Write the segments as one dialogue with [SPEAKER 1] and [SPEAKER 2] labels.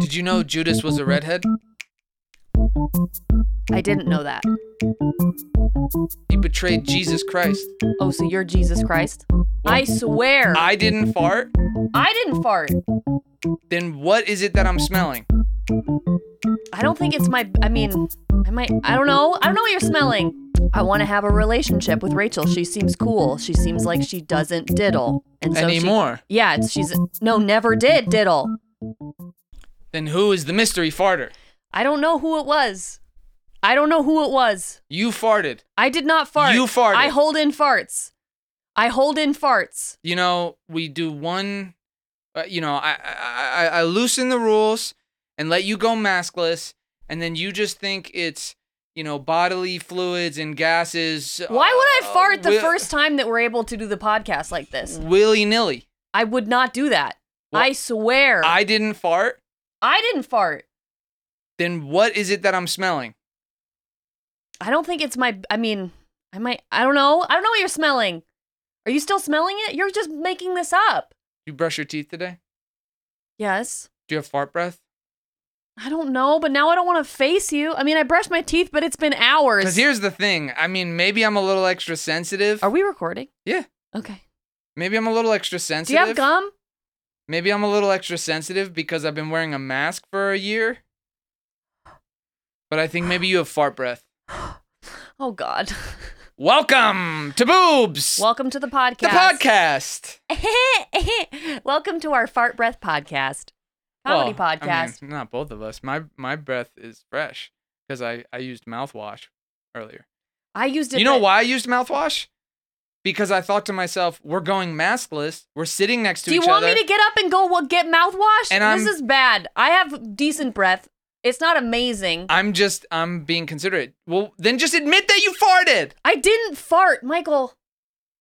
[SPEAKER 1] Did you know Judas was a redhead?
[SPEAKER 2] I didn't know that.
[SPEAKER 1] He betrayed Jesus Christ.
[SPEAKER 2] Oh, so you're Jesus Christ? I swear. I,
[SPEAKER 1] I didn't fart.
[SPEAKER 2] didn't fart.
[SPEAKER 1] Then what is it that I'm smelling?
[SPEAKER 2] I don't think it's my. I mean, I might. I don't know. I don't know what you're smelling. I want to have a relationship with Rachel. She seems cool. She seems like she doesn't diddle. And so she-
[SPEAKER 1] Anymore.
[SPEAKER 2] yeah, it's, she's. No, never did diddle.
[SPEAKER 1] Then who is the mystery farter?
[SPEAKER 2] I don't know who it was. I don't know who it was.
[SPEAKER 1] You farted.
[SPEAKER 2] I did not fart.
[SPEAKER 1] You farted.
[SPEAKER 2] I hold in farts. I hold in farts.
[SPEAKER 1] You know, we do one. Uh, you know, I, I I I loosen the rules and let you go maskless, and then you just think it's you know bodily fluids and gases.
[SPEAKER 2] Why would I
[SPEAKER 1] uh,
[SPEAKER 2] fart the
[SPEAKER 1] wi-
[SPEAKER 2] first time that we're able to do the podcast like this?
[SPEAKER 1] Willy nilly.
[SPEAKER 2] I would not do that.
[SPEAKER 1] Well,
[SPEAKER 2] I swear.
[SPEAKER 1] I didn't fart.
[SPEAKER 2] I didn't fart.
[SPEAKER 1] Then what is it that I'm smelling?
[SPEAKER 2] I don't think it's my. I mean, I might. I don't know. I don't know what you're smelling. Are you still smelling it? You're just making this up.
[SPEAKER 1] You brush your teeth today?
[SPEAKER 2] Yes.
[SPEAKER 1] Do you have fart breath?
[SPEAKER 2] I don't know, but now I don't want to face you. I mean, I brushed my teeth, but it's been hours.
[SPEAKER 1] Because here's the thing. I mean, maybe I'm a little extra sensitive.
[SPEAKER 2] Are we recording?
[SPEAKER 1] Yeah.
[SPEAKER 2] Okay.
[SPEAKER 1] Maybe I'm a little extra
[SPEAKER 2] Do you
[SPEAKER 1] sensitive.
[SPEAKER 2] have gum?
[SPEAKER 1] Maybe I'm a little extra sensitive because I've been wearing a mask for a year. But I think maybe you have fart breath.
[SPEAKER 2] Oh God.
[SPEAKER 1] Welcome to Boobs,
[SPEAKER 2] Welcome to the podcast.
[SPEAKER 1] the podcast.
[SPEAKER 2] Welcome to our fart breath podcast, comedy
[SPEAKER 1] Well, I mean,
[SPEAKER 2] podcast.
[SPEAKER 1] not both of us. My my breath is fresh because I I used mouthwash earlier.
[SPEAKER 2] I, used it.
[SPEAKER 1] you know
[SPEAKER 2] but-
[SPEAKER 1] why I used mouthwash? Because I thought to myself, we're going maskless. We're sitting next to
[SPEAKER 2] Do you
[SPEAKER 1] each
[SPEAKER 2] want
[SPEAKER 1] other.
[SPEAKER 2] me to get up and go well, get mouthwash?
[SPEAKER 1] And I'm-
[SPEAKER 2] this is bad. I have decent breath. It's not amazing. I,
[SPEAKER 1] I'm just I'm being considerate. Well, then just admit that you farted.
[SPEAKER 2] didn't fart, Michael.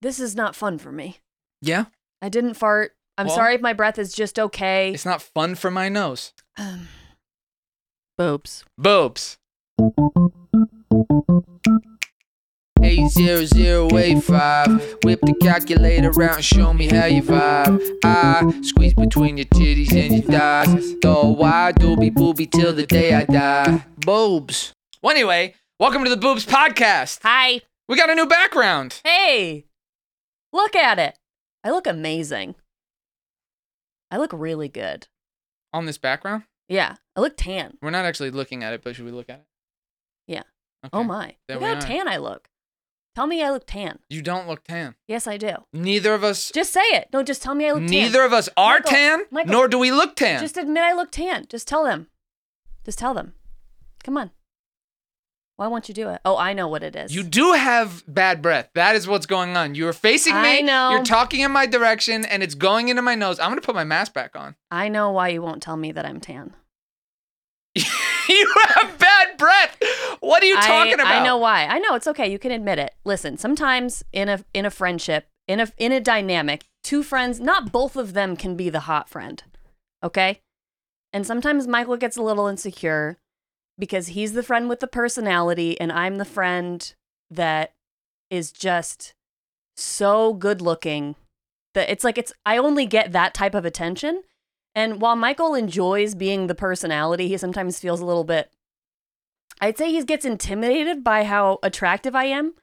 [SPEAKER 2] This is not fun for me.
[SPEAKER 1] Yeah.
[SPEAKER 2] I didn't fart. I'm
[SPEAKER 1] Well-
[SPEAKER 2] sorry if my breath is just okay.
[SPEAKER 1] It's not fun for my nose.
[SPEAKER 2] Um, boobs.
[SPEAKER 1] Boobs. Eight zero zero eight five. Whip the calculator around and show me how you vibe. I squeeze between your titties and your thighs. Though I doobie booby till the day I die. Boobs. Well, anyway, welcome to the Boobs Podcast.
[SPEAKER 2] Hi.
[SPEAKER 1] We got a new background.
[SPEAKER 2] Hey. Look at it. I look amazing. I look really good.
[SPEAKER 1] On this background,
[SPEAKER 2] Yeah. I look tan.
[SPEAKER 1] we're not actually looking at it, but should we look at it?
[SPEAKER 2] Yeah.
[SPEAKER 1] Okay.
[SPEAKER 2] Oh my.
[SPEAKER 1] There
[SPEAKER 2] look
[SPEAKER 1] we
[SPEAKER 2] how
[SPEAKER 1] are.
[SPEAKER 2] tan I look. Tell me I look tan.
[SPEAKER 1] You don't look tan.
[SPEAKER 2] Yes, I do.
[SPEAKER 1] Neither of us.
[SPEAKER 2] Just say it. No, just tell me I look tan.
[SPEAKER 1] Neither of us are
[SPEAKER 2] Michael,
[SPEAKER 1] tan,
[SPEAKER 2] Michael,
[SPEAKER 1] nor do we look tan.
[SPEAKER 2] Just admit I look tan. Just tell them. Just tell them. Come on. Why won't you do it? Oh, I know what it is.
[SPEAKER 1] You do have bad breath. That is what's going on. You are facing me.
[SPEAKER 2] I know.
[SPEAKER 1] You're talking in my direction, and it's going into my nose. I'm gonna put my mask back on.
[SPEAKER 2] I know why you won't tell me that I'm tan.
[SPEAKER 1] you have bad breath. What are you
[SPEAKER 2] I-
[SPEAKER 1] talking about?
[SPEAKER 2] I know why. I know it's okay. You can admit it. Listen, sometimes in a in a friendship, in a in a dynamic, two friends, not both of them can be the hot friend. Okay? And sometimes Michael gets a little insecure because he's the friend with the personality and I'm the friend that is just so good looking that it's like it's I only get that type of attention. And while Michael enjoys being the personality, he sometimes feels a little bit I'd say he gets intimidated by how attractive I am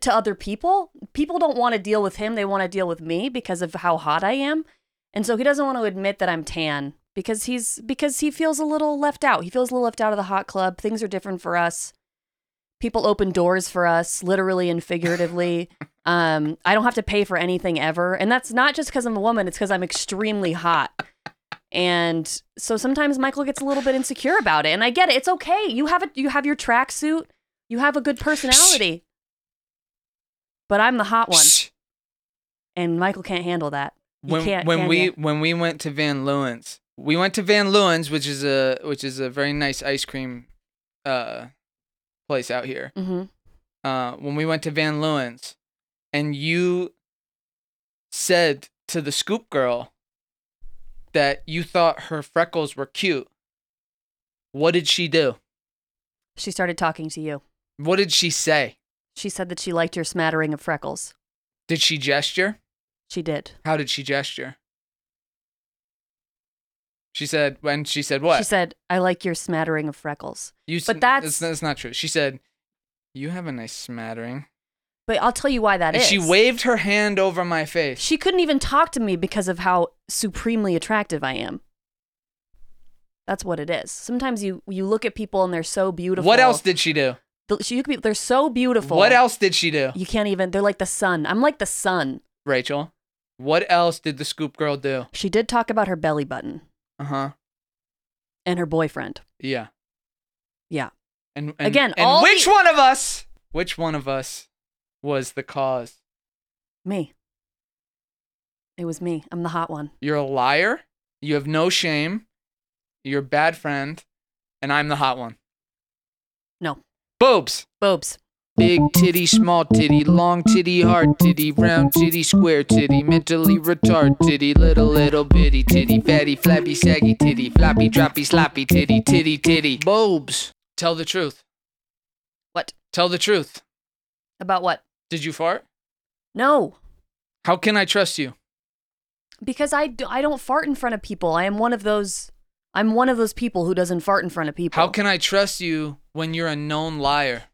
[SPEAKER 2] to other people. People don't want to deal with him, they want to deal with me because of how hot I am. And so he doesn't want to admit that I'm tan because he's because he feels a little left out. He feels a little left out of the hot club. Things are different for us. People open doors for us, literally and figuratively. um, I don't have to pay for anything ever. And that's not just because I'm a woman, it's because I'm extremely hot. And so sometimes Michael gets a little bit insecure about it. And I get it. It's okay. You have it you have your tracksuit. You have a good personality. But I'm the hot one.
[SPEAKER 1] Shh.
[SPEAKER 2] And Michael can't handle that. You
[SPEAKER 1] When
[SPEAKER 2] can't,
[SPEAKER 1] when
[SPEAKER 2] can
[SPEAKER 1] we
[SPEAKER 2] you?
[SPEAKER 1] when we went to Van Leeuwen's, we went to Van Leeuwen's, which is a which is a very nice ice cream, uh, place out here.
[SPEAKER 2] hmm
[SPEAKER 1] uh, when we went to Van Leeuwen's, and you said to the scoop girl that you thought her freckles were cute. What did she do?
[SPEAKER 2] She started talking to you.
[SPEAKER 1] What did she say?
[SPEAKER 2] She said that she liked your smattering of freckles.
[SPEAKER 1] Did she gesture?
[SPEAKER 2] She did.
[SPEAKER 1] How did she gesture? She said when she said what?
[SPEAKER 2] She said, I like your smattering of freckles.
[SPEAKER 1] you, s-
[SPEAKER 2] but
[SPEAKER 1] that's
[SPEAKER 2] that's-
[SPEAKER 1] that's not true. She said, "You have a nice smattering."
[SPEAKER 2] But I'll tell you why that
[SPEAKER 1] and
[SPEAKER 2] is.
[SPEAKER 1] she waved her hand over my face.
[SPEAKER 2] She couldn't even talk to me because of how supremely attractive I am. That's what it is. Sometimes you you look at people and they're so beautiful.
[SPEAKER 1] What else did she do?
[SPEAKER 2] The- she- you could be, they're so beautiful.
[SPEAKER 1] What else did she do?
[SPEAKER 2] You can't even. They're like the sun. I'm like the sun.
[SPEAKER 1] Rachel, what else did the scoop girl do?
[SPEAKER 2] She did talk about her belly button
[SPEAKER 1] Uh huh.
[SPEAKER 2] and her boyfriend.
[SPEAKER 1] Yeah.
[SPEAKER 2] Yeah.
[SPEAKER 1] And, and
[SPEAKER 2] Again,
[SPEAKER 1] and
[SPEAKER 2] all
[SPEAKER 1] which
[SPEAKER 2] the-
[SPEAKER 1] one of us? Which one of us was the cause?
[SPEAKER 2] Me. It was me. I'm the hot one.
[SPEAKER 1] You're a liar. You have no shame. You're a bad friend, and I'm the hot one.
[SPEAKER 2] No.
[SPEAKER 1] Boobs.
[SPEAKER 2] Boobs.
[SPEAKER 1] Big titty, small titty, long titty, hard titty, round titty, square titty, mentally retarded titty, little little bitty titty, fatty, flabby, saggy titty, floppy, droppy, sloppy titty, titty, titty. Boobs. Tell the truth.
[SPEAKER 2] What?
[SPEAKER 1] Tell the truth.
[SPEAKER 2] About what?
[SPEAKER 1] Did you fart?
[SPEAKER 2] No.
[SPEAKER 1] How can I trust you?
[SPEAKER 2] Because I, do, I don't fart in front of people. I am one of those. I'm one of those people who doesn't fart in front of people.
[SPEAKER 1] How can I trust you when you're a known liar?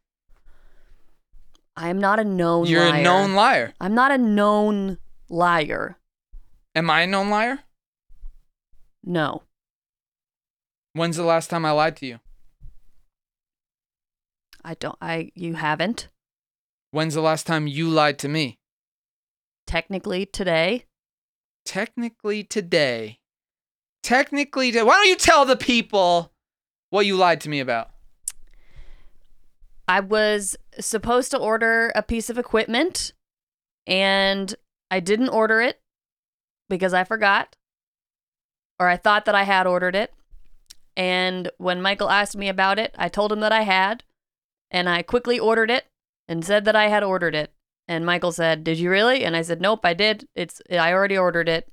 [SPEAKER 2] I am not a known
[SPEAKER 1] you're
[SPEAKER 2] liar.
[SPEAKER 1] a known liar.
[SPEAKER 2] I'm not a known liar.
[SPEAKER 1] Am I a known liar?
[SPEAKER 2] No.
[SPEAKER 1] When's the last time I lied to you?
[SPEAKER 2] I don't I you haven't.
[SPEAKER 1] When's the last time you lied to me?
[SPEAKER 2] Technically today.
[SPEAKER 1] Technically today. Technically, to- why don't you tell the people what you lied to me about?
[SPEAKER 2] I was supposed to order a piece of equipment and I didn't order it because I forgot. Or I thought that I had ordered it. And when Michael asked me about it, I told him that I had. And I quickly ordered it and said that I had ordered it. And Michael said, "Did you really?" And I said, "Nope, I did. It's I already ordered it."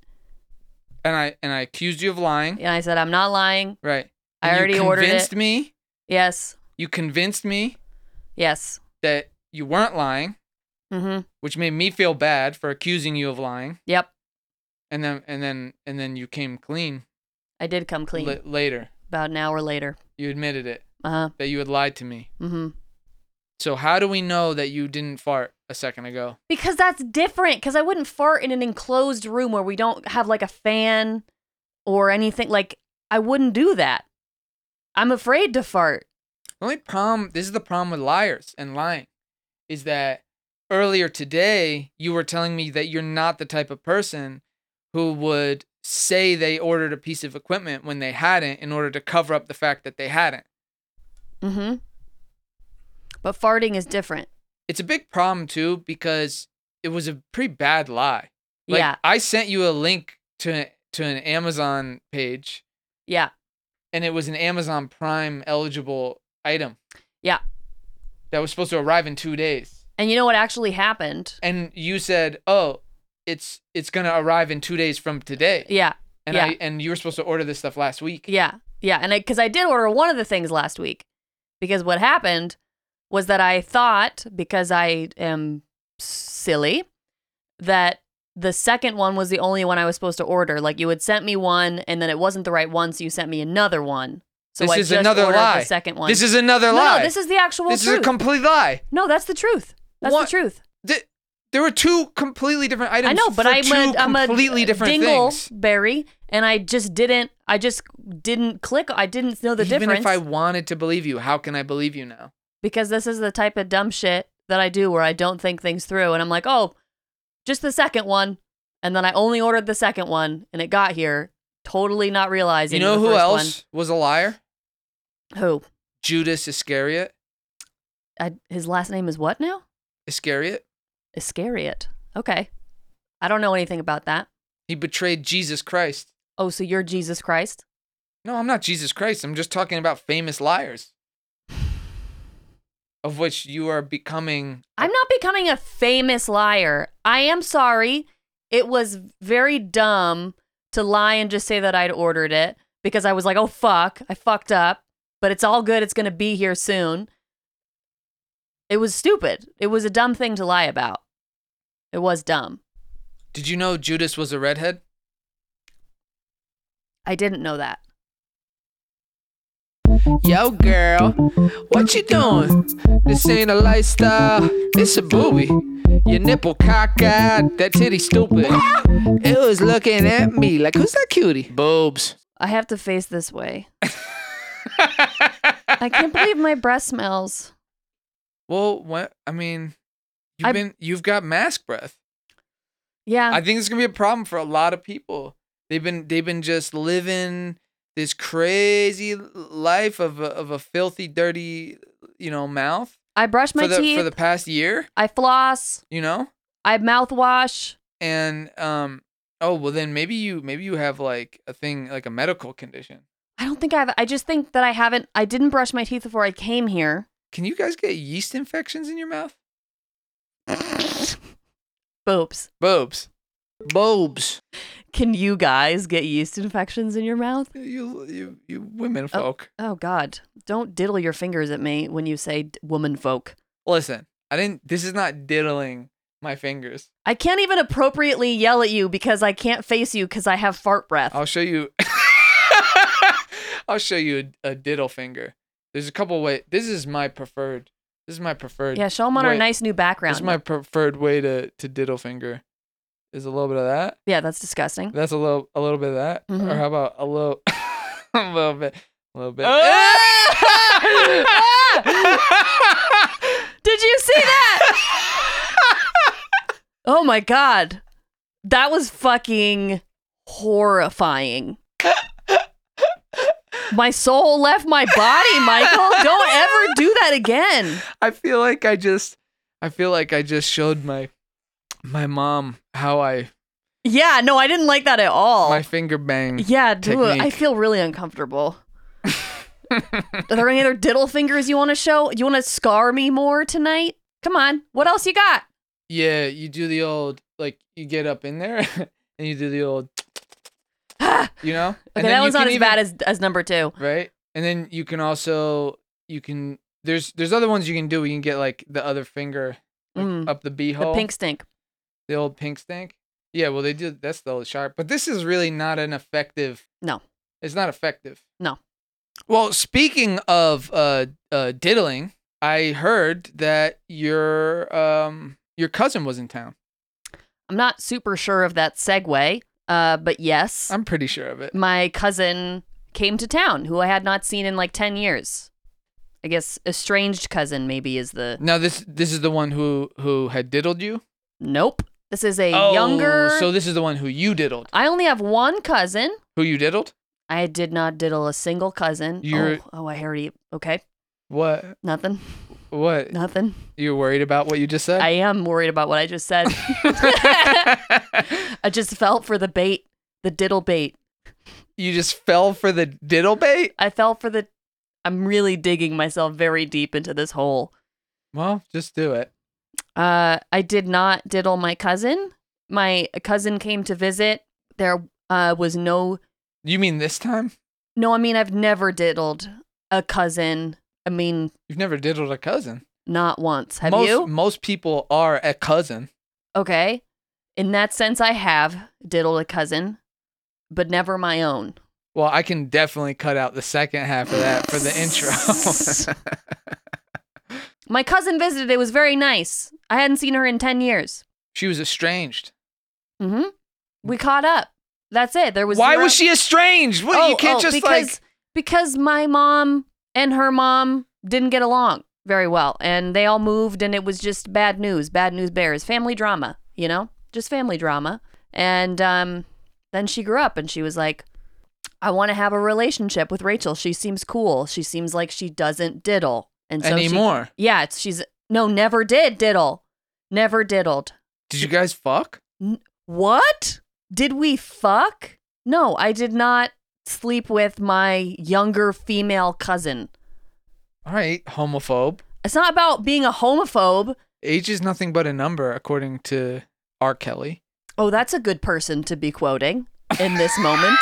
[SPEAKER 1] And I and I accused you of lying,
[SPEAKER 2] And I said, "I'm not lying.
[SPEAKER 1] right?
[SPEAKER 2] I
[SPEAKER 1] And
[SPEAKER 2] already
[SPEAKER 1] you
[SPEAKER 2] ordered it.
[SPEAKER 1] Convinced me.
[SPEAKER 2] Yes.
[SPEAKER 1] You convinced me
[SPEAKER 2] Yes.
[SPEAKER 1] that you weren't lying,
[SPEAKER 2] Mm-hmm.
[SPEAKER 1] which made me feel bad for accusing you of lying.
[SPEAKER 2] Yep.
[SPEAKER 1] And then and then and then you came clean,
[SPEAKER 2] I did come clean
[SPEAKER 1] la- later.
[SPEAKER 2] about an hour later.
[SPEAKER 1] You admitted it
[SPEAKER 2] Uh huh.
[SPEAKER 1] that you had lied to me.
[SPEAKER 2] Mm-hmm.
[SPEAKER 1] So how do we know that you didn't fart a second ago?
[SPEAKER 2] Because that's different. Because I wouldn't fart in an enclosed room where we don't have like a fan or anything. Like I wouldn't do that. I'm afraid to fart.
[SPEAKER 1] The only problem, this is the problem with liars and lying, is that earlier today you were telling me that you're not the type of person who would say they ordered a piece of equipment when they hadn't in order to cover up the fact that they hadn't.
[SPEAKER 2] Mm-hmm. But farting is different.
[SPEAKER 1] It's a big problem too because it was a pretty bad lie. Like,
[SPEAKER 2] yeah.
[SPEAKER 1] I sent you a link to to an Amazon page
[SPEAKER 2] Yeah.
[SPEAKER 1] and it was an Amazon Prime eligible item.
[SPEAKER 2] Yeah.
[SPEAKER 1] That was supposed to arrive in 2 days.
[SPEAKER 2] And you know what actually happened?
[SPEAKER 1] and you said, "Oh, it's it's gonna arrive in two days from today,"
[SPEAKER 2] Yeah.
[SPEAKER 1] and
[SPEAKER 2] yeah.
[SPEAKER 1] I and you were supposed to order this stuff last week.
[SPEAKER 2] Yeah, yeah, and I because I did order one of the things last week, because what happened was that I thought because I am silly that the second one was the only one I was supposed to order. Like you had sent me one, and then it wasn't the right one, so you sent me another one. So
[SPEAKER 1] This
[SPEAKER 2] I
[SPEAKER 1] is
[SPEAKER 2] just
[SPEAKER 1] another
[SPEAKER 2] ordered
[SPEAKER 1] lie.
[SPEAKER 2] the second one.
[SPEAKER 1] This is another
[SPEAKER 2] no,
[SPEAKER 1] lie.
[SPEAKER 2] no, this is the actual
[SPEAKER 1] This is
[SPEAKER 2] truth.
[SPEAKER 1] a complete lie.
[SPEAKER 2] no, that's the truth. That's
[SPEAKER 1] What?
[SPEAKER 2] the truth.
[SPEAKER 1] Th- there were two completely different items.
[SPEAKER 2] I know, but
[SPEAKER 1] for
[SPEAKER 2] I'm
[SPEAKER 1] two
[SPEAKER 2] a, I'm a
[SPEAKER 1] completely different things.
[SPEAKER 2] dingleberry, and I just didn't. I just didn't click. I didn't know the
[SPEAKER 1] Even
[SPEAKER 2] difference.
[SPEAKER 1] if I wanted to believe you, how can I believe you now?
[SPEAKER 2] because this is the type of dumb shit that I do where I don't think things through and I'm like, oh, just the second one. And then I only ordered the second one and it got here, totally not realizing.
[SPEAKER 1] you know
[SPEAKER 2] the
[SPEAKER 1] who
[SPEAKER 2] first
[SPEAKER 1] else was a liar?
[SPEAKER 2] One. Who?
[SPEAKER 1] Judas Iscariot.
[SPEAKER 2] I, his last name is what now?
[SPEAKER 1] Iscariot.
[SPEAKER 2] Iscariot. Okay. I don't know anything about that.
[SPEAKER 1] He betrayed Jesus Christ.
[SPEAKER 2] Oh, so you're Jesus Christ?
[SPEAKER 1] No, I'm not Jesus Christ. I'm just talking about famous liars, of which you are becoming
[SPEAKER 2] I'm not becoming a famous liar. I am sorry. It was very dumb to lie and just say that I'd ordered it because I was like, oh, fuck, I fucked up, but it's all good. It's going to be here soon. It was stupid. It was a dumb thing to lie about. It was dumb.
[SPEAKER 1] Did you know Judas was a redhead?
[SPEAKER 2] I didn't know that.
[SPEAKER 1] Yo, girl, what you doing? This ain't a lifestyle, it's a booby. Your nipple cockeyed, that titty stupid. It was looking at me like, who's that cutie? Boobs.
[SPEAKER 2] I have to face this way. I can't believe my breath smells.
[SPEAKER 1] Well, what? I mean, you've
[SPEAKER 2] I-
[SPEAKER 1] been, you've got mask breath.
[SPEAKER 2] Yeah.
[SPEAKER 1] I think it's gonna be a problem for a lot of people. They've been, they've been just living this crazy life of a, of a filthy, dirty, you know, mouth
[SPEAKER 2] I brush my
[SPEAKER 1] for the
[SPEAKER 2] teeth.
[SPEAKER 1] for the past year.
[SPEAKER 2] I floss.
[SPEAKER 1] You know.
[SPEAKER 2] I mouthwash.
[SPEAKER 1] and um oh well then maybe you maybe you have like a thing like a medical condition
[SPEAKER 2] I don't think I've. I just think that I haven't. I didn't brush my teeth before I came here.
[SPEAKER 1] can you guys get yeast infections in your mouth
[SPEAKER 2] Boobs.
[SPEAKER 1] bulbs bulbs
[SPEAKER 2] Can you guys get yeast infections in your mouth?
[SPEAKER 1] you you you women folk
[SPEAKER 2] Oh God! Don't diddle your fingers at me when you say d- "woman folk."
[SPEAKER 1] listen i didn't this is not diddling my fingers
[SPEAKER 2] I can't even appropriately yell at you because I can't face you because I have fart breath.
[SPEAKER 1] i'll show you i'll show you a, a diddle finger there's a couple way this is my preferred this is my preferred
[SPEAKER 2] yeah, show 'em on our
[SPEAKER 1] way-
[SPEAKER 2] nice new
[SPEAKER 1] this is
[SPEAKER 2] background.
[SPEAKER 1] my preferred way to to diddle finger is a little bit of that
[SPEAKER 2] yeah, that's disgusting.
[SPEAKER 1] That's a little, a little bit of that,
[SPEAKER 2] Mhm.
[SPEAKER 1] or how about a little, a little bit, a little bit.
[SPEAKER 2] Ah! Did you see that? oh my God, that was fucking horrifying. My soul left my body, Michael. Don't ever do that again.
[SPEAKER 1] I feel like I just, I feel like I just showed my, my mom how I
[SPEAKER 2] Yeah, no, I didn't like that at all.
[SPEAKER 1] my finger bang.
[SPEAKER 2] Yeah, do it. I
[SPEAKER 1] technique.
[SPEAKER 2] feel really uncomfortable. Are there any other diddle fingers you want to show? You want to scar me more tonight? Come on. What else you got?
[SPEAKER 1] Yeah, you do the old like you get up in there and you do the old, "Ah,"
[SPEAKER 2] okay,
[SPEAKER 1] you know. and then
[SPEAKER 2] that
[SPEAKER 1] you
[SPEAKER 2] one's not
[SPEAKER 1] can
[SPEAKER 2] as
[SPEAKER 1] even-
[SPEAKER 2] bad as, as number two.
[SPEAKER 1] right? And then you can also you can there's there's other ones you can do. You can get like the other finger like,
[SPEAKER 2] Mm.
[SPEAKER 1] up the beehole.
[SPEAKER 2] The pink stink.
[SPEAKER 1] the old pink stink. Yeah, well, they did. That's the old sharp, but this is really not an effective.
[SPEAKER 2] No.
[SPEAKER 1] it's not effective.
[SPEAKER 2] No.
[SPEAKER 1] Well, speaking of uh, uh diddling, I heard that your um your cousin was in town.
[SPEAKER 2] I'm not super sure of that segue, uh, but yes,
[SPEAKER 1] I'm pretty sure of it.
[SPEAKER 2] my cousin came to town who I had not seen in like 10 years. I guess estranged cousin maybe is the.
[SPEAKER 1] Now this this is the one who who had diddled you.
[SPEAKER 2] Nope. This is a younger.
[SPEAKER 1] Oh, So this is the one who you diddled.
[SPEAKER 2] I only have one cousin.
[SPEAKER 1] Who you diddled?
[SPEAKER 2] I did not diddle a single cousin.
[SPEAKER 1] You're-
[SPEAKER 2] Oh, oh, I already. Okay,
[SPEAKER 1] What
[SPEAKER 2] nothing,
[SPEAKER 1] what?
[SPEAKER 2] nothing.
[SPEAKER 1] You're worried about what you just said?
[SPEAKER 2] I am worried about what I just said. I just fell for the bait, the diddle bait.
[SPEAKER 1] you just fell for the diddle bait?
[SPEAKER 2] I fell for the. I'm really digging myself very deep into this hole.
[SPEAKER 1] Well, just do it.
[SPEAKER 2] Uh, I did not diddle my cousin. My cousin came to visit. There uh, was no
[SPEAKER 1] You mean this time?
[SPEAKER 2] no. I mean, I've never diddled a cousin. I mean,
[SPEAKER 1] You've never diddled a cousin.
[SPEAKER 2] not once. Have
[SPEAKER 1] most,
[SPEAKER 2] you?
[SPEAKER 1] Most people are a cousin.
[SPEAKER 2] Okay. In that sense, I have diddled a cousin, but never my own.
[SPEAKER 1] Well, I can definitely cut out the second half of that for the intro.
[SPEAKER 2] My cousin visited. It was very nice. I hadn't seen her in 10 years.
[SPEAKER 1] she was estranged.
[SPEAKER 2] hmm We caught up. That's it. There was
[SPEAKER 1] Why
[SPEAKER 2] zero-
[SPEAKER 1] was she estranged? What
[SPEAKER 2] oh,
[SPEAKER 1] you can't
[SPEAKER 2] oh,
[SPEAKER 1] just
[SPEAKER 2] because,
[SPEAKER 1] like
[SPEAKER 2] because my mom and her mom didn't get along very well, and they all moved, and it was just bad news, bad news bears, family drama, you know, just family drama. And um, then she grew up, and she was like, "I want to have a relationship with Rachel. She seems cool. She seems like she doesn't diddle." And so she-
[SPEAKER 1] anymore.
[SPEAKER 2] yeah, it's, she's no, never did diddle, never diddled.
[SPEAKER 1] Did you guys fuck?
[SPEAKER 2] What? Did we fuck? No, I did not sleep with my younger female cousin.
[SPEAKER 1] All right, homophobe.
[SPEAKER 2] It's not about being a homophobe.
[SPEAKER 1] Age is nothing but a number, according to R. Kelly.
[SPEAKER 2] Oh, that's a good person to be quoting in this moment.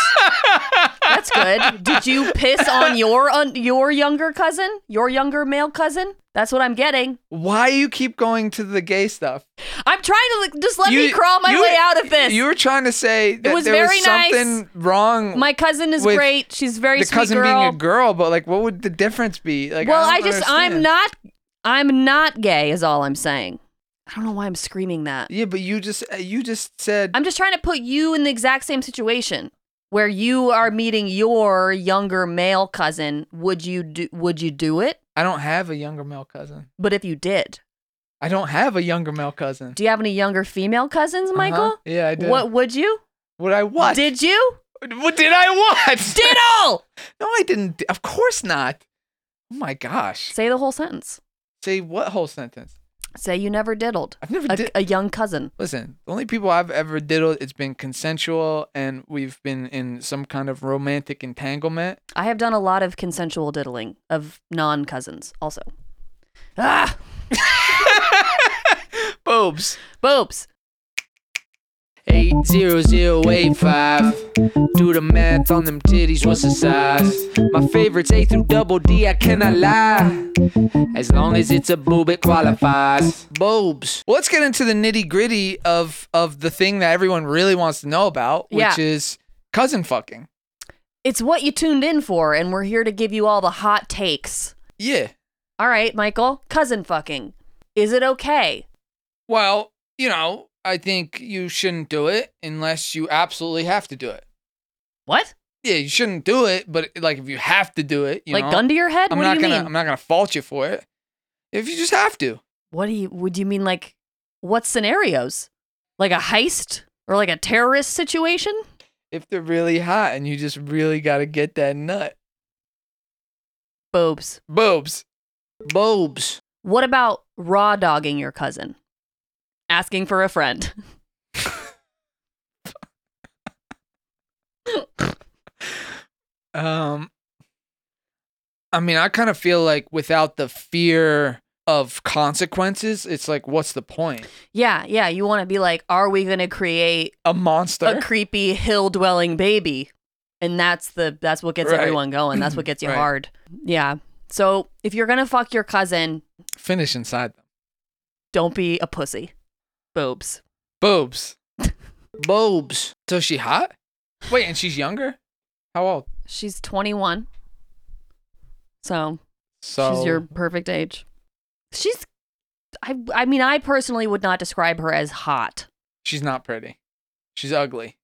[SPEAKER 2] That's that's good. Did you piss on your on your younger cousin, your younger male cousin? That's what I'm getting.
[SPEAKER 1] Why you keep going to the gay stuff?
[SPEAKER 2] I'm trying to like, just let me
[SPEAKER 1] You-
[SPEAKER 2] crawl my
[SPEAKER 1] you-
[SPEAKER 2] way out of this.
[SPEAKER 1] You were trying to say that
[SPEAKER 2] was
[SPEAKER 1] there
[SPEAKER 2] very
[SPEAKER 1] was
[SPEAKER 2] nice.
[SPEAKER 1] something wrong.
[SPEAKER 2] my cousin is
[SPEAKER 1] with
[SPEAKER 2] great. She's a very
[SPEAKER 1] the
[SPEAKER 2] sweet
[SPEAKER 1] cousin
[SPEAKER 2] girl.
[SPEAKER 1] being a girl, but like, what would the difference be? Like,
[SPEAKER 2] well,
[SPEAKER 1] I,
[SPEAKER 2] I
[SPEAKER 1] don't
[SPEAKER 2] just I'm
[SPEAKER 1] understand.
[SPEAKER 2] not I'm not gay is all I'm saying. I don't know why I'm screaming that.
[SPEAKER 1] Yeah, but you just uh, you just said
[SPEAKER 2] I'm just trying to put you in the exact same situation where you are meeting your younger male cousin. Would you do would you do it?
[SPEAKER 1] I don't have a younger male cousin.
[SPEAKER 2] But if you did,
[SPEAKER 1] I don't have a younger male cousin.
[SPEAKER 2] do you have any younger female cousins,
[SPEAKER 1] Uh-huh.
[SPEAKER 2] Michael?
[SPEAKER 1] Yeah, I do.
[SPEAKER 2] What would you?
[SPEAKER 1] Would I what?
[SPEAKER 2] Did you?
[SPEAKER 1] what did I what?
[SPEAKER 2] Diddle!
[SPEAKER 1] no, I didn't. Of course not. Oh my gosh.
[SPEAKER 2] Say the whole sentence.
[SPEAKER 1] Say what whole sentence?
[SPEAKER 2] Say you never diddled.
[SPEAKER 1] I've never
[SPEAKER 2] A,
[SPEAKER 1] did.
[SPEAKER 2] a young cousin.
[SPEAKER 1] Listen, the only people I've ever diddled, it's been consensual, and we've been in some kind of romantic entanglement.
[SPEAKER 2] I have done a lot of consensual diddling of non cousins also. Ah!
[SPEAKER 1] Boobs.
[SPEAKER 2] Boobs.
[SPEAKER 1] 80085. Do the math on them titties, what's the size? My favorite's A through double D, I cannot lie. As long as it's a boob, it qualifies. Boobs. Well, let's get into the nitty gritty of, of the thing that everyone really wants to know about, which
[SPEAKER 2] Yeah.
[SPEAKER 1] is cousin fucking.
[SPEAKER 2] It's what you tuned in for, and we're here to give you all the hot takes.
[SPEAKER 1] Yeah.
[SPEAKER 2] All right, Michael, cousin fucking. Is it okay?
[SPEAKER 1] Well, you know, I think you shouldn't do it unless you absolutely have to do it.
[SPEAKER 2] What?
[SPEAKER 1] Yeah, you shouldn't do it, but like if you have to do it, you
[SPEAKER 2] like
[SPEAKER 1] know.
[SPEAKER 2] gun to your head?
[SPEAKER 1] I'm
[SPEAKER 2] what
[SPEAKER 1] not
[SPEAKER 2] do you
[SPEAKER 1] gonna
[SPEAKER 2] mean?
[SPEAKER 1] I'm not gonna fault you for it. If you just have to.
[SPEAKER 2] What do you would you mean like what scenarios? Like a heist or like a terrorist situation?
[SPEAKER 1] If they're really hot and you just really gotta get that nut.
[SPEAKER 2] Boobs.
[SPEAKER 1] Boobs. Boobs.
[SPEAKER 2] What about raw dogging your cousin? Asking for a friend.
[SPEAKER 1] Um I mean, I kind of feel like without the fear of consequences, it's like what's the point?
[SPEAKER 2] Yeah, yeah. You want to be like, are we gonna create
[SPEAKER 1] A monster.
[SPEAKER 2] a creepy hill dwelling baby and that's the that's what gets
[SPEAKER 1] Right.
[SPEAKER 2] everyone going that's what gets you
[SPEAKER 1] Right.
[SPEAKER 2] hard yeah so if you're gonna fuck your cousin
[SPEAKER 1] Finish inside them.
[SPEAKER 2] don't be a pussy boobs
[SPEAKER 1] Boobs. Boobs. So she hot? Wait, and she's younger? How old?
[SPEAKER 2] she's 21 so,
[SPEAKER 1] So
[SPEAKER 2] she's your perfect age she's I, I mean i personally would not describe her as hot
[SPEAKER 1] she's not pretty. She's ugly.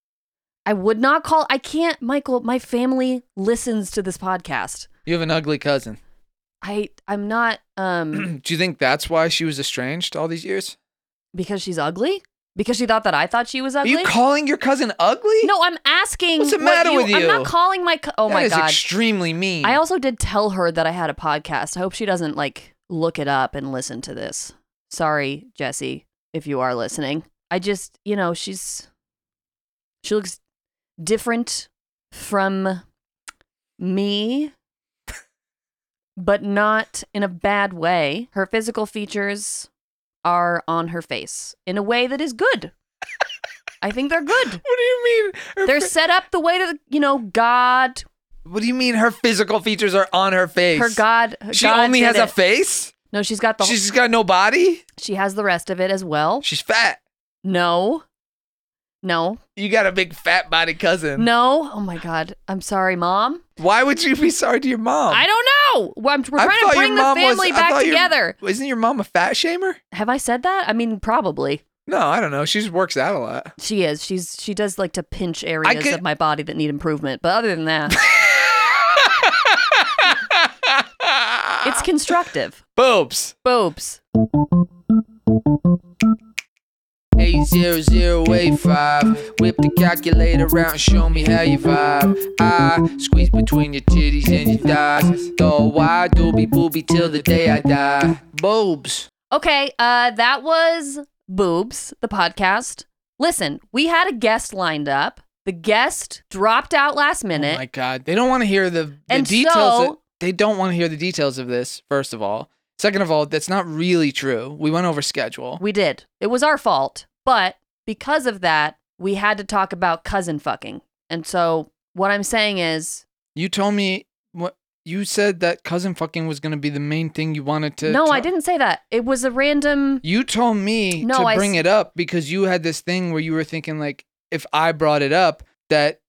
[SPEAKER 2] i would not call i can't michael my family listens to this podcast
[SPEAKER 1] You have an ugly cousin.
[SPEAKER 2] i i'm not um
[SPEAKER 1] Do you think that's why she was estranged all these years?
[SPEAKER 2] because she's ugly because she thought that i thought she was ugly
[SPEAKER 1] Are you calling your cousin ugly?
[SPEAKER 2] No, I'm asking.
[SPEAKER 1] What's the
[SPEAKER 2] what
[SPEAKER 1] matter with
[SPEAKER 2] I'm
[SPEAKER 1] you?
[SPEAKER 2] not calling my. Co- oh
[SPEAKER 1] That
[SPEAKER 2] my
[SPEAKER 1] is
[SPEAKER 2] god!
[SPEAKER 1] extremely mean.
[SPEAKER 2] I also did tell her that I had a podcast. I hope she doesn't like look it up and listen to this. Sorry, Jesse, if you are listening. I just, you know, she's she looks different from me, but not in a bad way. Her physical features are on her face in a way that is good. I think they're good.
[SPEAKER 1] what do you mean? Her
[SPEAKER 2] They're
[SPEAKER 1] fa-
[SPEAKER 2] set up the way to, you know, God,
[SPEAKER 1] what do you mean her physical features are on her face?
[SPEAKER 2] her God. her
[SPEAKER 1] she
[SPEAKER 2] God
[SPEAKER 1] only
[SPEAKER 2] did
[SPEAKER 1] has a
[SPEAKER 2] it.
[SPEAKER 1] face?
[SPEAKER 2] no, she's got the.
[SPEAKER 1] She's just got no body?
[SPEAKER 2] she has the rest of it as well.
[SPEAKER 1] She's fat.
[SPEAKER 2] No, no,
[SPEAKER 1] You got a big fat body cousin.
[SPEAKER 2] no. Oh my God, I'm sorry, Mom.
[SPEAKER 1] Why would you be sorry to your mom?
[SPEAKER 2] I don't know. Well, I'm, we're
[SPEAKER 1] I
[SPEAKER 2] trying
[SPEAKER 1] thought
[SPEAKER 2] to
[SPEAKER 1] your
[SPEAKER 2] bring the
[SPEAKER 1] mom was-
[SPEAKER 2] family
[SPEAKER 1] I
[SPEAKER 2] back
[SPEAKER 1] thought your-
[SPEAKER 2] together.
[SPEAKER 1] Isn't your mom a fat shamer?
[SPEAKER 2] Have I said that? I mean, probably
[SPEAKER 1] No, I don't know. She just works out a lot.
[SPEAKER 2] she is. She's she does like to pinch areas
[SPEAKER 1] could-
[SPEAKER 2] of my body that need improvement. But other than that, it's constructive.
[SPEAKER 1] boobs.
[SPEAKER 2] Boobs.
[SPEAKER 1] 80085. Whip the calculator out and show me how you vibe. I squeeze between your titties and your thighs. Though I doobie boobie till the day I die. Boobs.
[SPEAKER 2] Okay, uh, that was Boobs, the podcast. Listen, we had a guest lined up. The guest dropped out last minute.
[SPEAKER 1] Oh my god, they don't want to hear the, the
[SPEAKER 2] And
[SPEAKER 1] details.
[SPEAKER 2] so-
[SPEAKER 1] that- they don't want to hear the details of this. First of all, second of all, that's not really true. We went over schedule.
[SPEAKER 2] we did. It was our fault. But because of that, we had to talk about cousin fucking. And so what I'm saying is
[SPEAKER 1] You told me what you said that cousin fucking was gonna be the main thing you wanted to.
[SPEAKER 2] No, I
[SPEAKER 1] talk-
[SPEAKER 2] didn't say that. It was a random.
[SPEAKER 1] You told me
[SPEAKER 2] No,
[SPEAKER 1] to
[SPEAKER 2] I
[SPEAKER 1] bring
[SPEAKER 2] s-
[SPEAKER 1] it up because you had this thing where you were thinking like, if I brought it up, that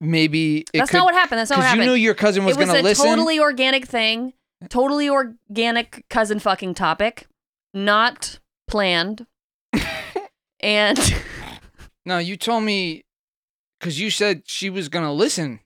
[SPEAKER 1] maybe it
[SPEAKER 2] That's
[SPEAKER 1] could.
[SPEAKER 2] not what happened. That's not what
[SPEAKER 1] Because you
[SPEAKER 2] happened.
[SPEAKER 1] knew your cousin was,
[SPEAKER 2] it was
[SPEAKER 1] gonna
[SPEAKER 2] a
[SPEAKER 1] listen.
[SPEAKER 2] totally organic thing, totally organic cousin fucking topic, not planned. and
[SPEAKER 1] No, you told me because you said she was gonna listen,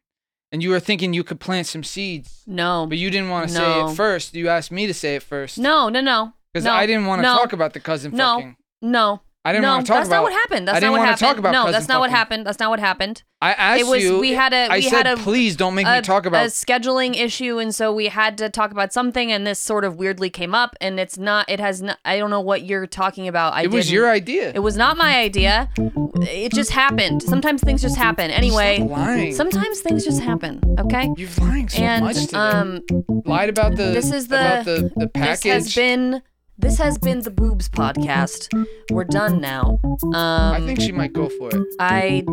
[SPEAKER 1] and you were thinking you could plant some seeds,
[SPEAKER 2] no,
[SPEAKER 1] but you didn't want to say
[SPEAKER 2] No.
[SPEAKER 1] it first. You asked me to say it first
[SPEAKER 2] no, no, no,
[SPEAKER 1] because
[SPEAKER 2] no,
[SPEAKER 1] I didn't want to
[SPEAKER 2] no,
[SPEAKER 1] talk about the cousin
[SPEAKER 2] no.
[SPEAKER 1] fucking.
[SPEAKER 2] no.
[SPEAKER 1] I didn't
[SPEAKER 2] no,
[SPEAKER 1] want to talk
[SPEAKER 2] that's
[SPEAKER 1] about.
[SPEAKER 2] not what happened. That's
[SPEAKER 1] I didn't
[SPEAKER 2] not what
[SPEAKER 1] wanna
[SPEAKER 2] happened.
[SPEAKER 1] talk about
[SPEAKER 2] no,
[SPEAKER 1] cousin
[SPEAKER 2] that's not what
[SPEAKER 1] fucking.
[SPEAKER 2] happened. That's not what happened.
[SPEAKER 1] I asked
[SPEAKER 2] It was
[SPEAKER 1] you.
[SPEAKER 2] we had a
[SPEAKER 1] I
[SPEAKER 2] we
[SPEAKER 1] said,
[SPEAKER 2] had a,
[SPEAKER 1] please don't make me
[SPEAKER 2] a,
[SPEAKER 1] talk
[SPEAKER 2] a
[SPEAKER 1] about.
[SPEAKER 2] scheduling issue, and so we had to talk about something, and this sort of weirdly came up, and it's not. It has not. I don't know what you're talking about. I
[SPEAKER 1] it was
[SPEAKER 2] didn't-
[SPEAKER 1] your idea.
[SPEAKER 2] It was not my idea. It just happened. Sometimes things just happen.
[SPEAKER 1] Stop
[SPEAKER 2] Anyway,
[SPEAKER 1] lying.
[SPEAKER 2] sometimes things just happen. Okay.
[SPEAKER 1] You're lying so much
[SPEAKER 2] And
[SPEAKER 1] today.
[SPEAKER 2] um,
[SPEAKER 1] Lied about the.
[SPEAKER 2] this is
[SPEAKER 1] about
[SPEAKER 2] the-
[SPEAKER 1] the the
[SPEAKER 2] this
[SPEAKER 1] package.
[SPEAKER 2] has been this has been the boobs podcast. We're done now. Um,
[SPEAKER 1] I
[SPEAKER 2] I,
[SPEAKER 1] think she might go for it.
[SPEAKER 2] I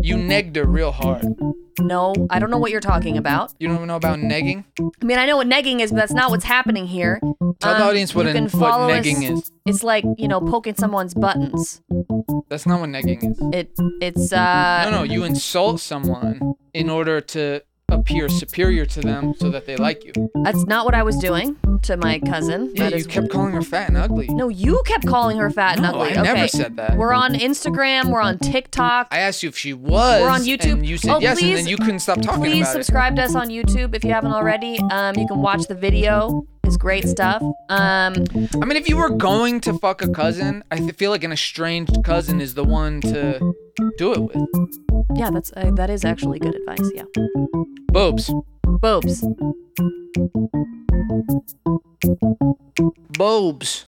[SPEAKER 1] You negged her real hard.
[SPEAKER 2] no, I don't know what you're talking about.
[SPEAKER 1] You don't know about negging.
[SPEAKER 2] I mean, I know what negging is, but that's not what's happening here.
[SPEAKER 1] Tell the
[SPEAKER 2] Um,
[SPEAKER 1] audience what
[SPEAKER 2] you
[SPEAKER 1] a-
[SPEAKER 2] can
[SPEAKER 1] what
[SPEAKER 2] follow us-
[SPEAKER 1] negging is.
[SPEAKER 2] It's like you know poking someone's buttons.
[SPEAKER 1] That's not what negging is.
[SPEAKER 2] It it's uh
[SPEAKER 1] No, no, you insult someone in order to appear superior to them so that they like you.
[SPEAKER 2] that's not what I was doing to my cousin.
[SPEAKER 1] Yeah,
[SPEAKER 2] That
[SPEAKER 1] you
[SPEAKER 2] is-
[SPEAKER 1] kept calling her fat and ugly.
[SPEAKER 2] No, you kept calling her fat and
[SPEAKER 1] No,
[SPEAKER 2] ugly.
[SPEAKER 1] I
[SPEAKER 2] okay.
[SPEAKER 1] never said that.
[SPEAKER 2] We're on Instagram. We're on TikTok.
[SPEAKER 1] I asked you if she was.
[SPEAKER 2] We're on YouTube.
[SPEAKER 1] And you said
[SPEAKER 2] Oh,
[SPEAKER 1] yes,
[SPEAKER 2] please-
[SPEAKER 1] and then you couldn't stop talking
[SPEAKER 2] Please
[SPEAKER 1] about
[SPEAKER 2] subscribe to us on YouTube if you haven't already. Um, you can watch the video. It's great stuff. Um,
[SPEAKER 1] it. I mean, if you were going to fuck a cousin, I th- feel like an estranged cousin is the one to do it with.
[SPEAKER 2] yeah, that's uh, that is actually good advice. Yeah,
[SPEAKER 1] Boobs.
[SPEAKER 2] boobs.
[SPEAKER 1] Boobs.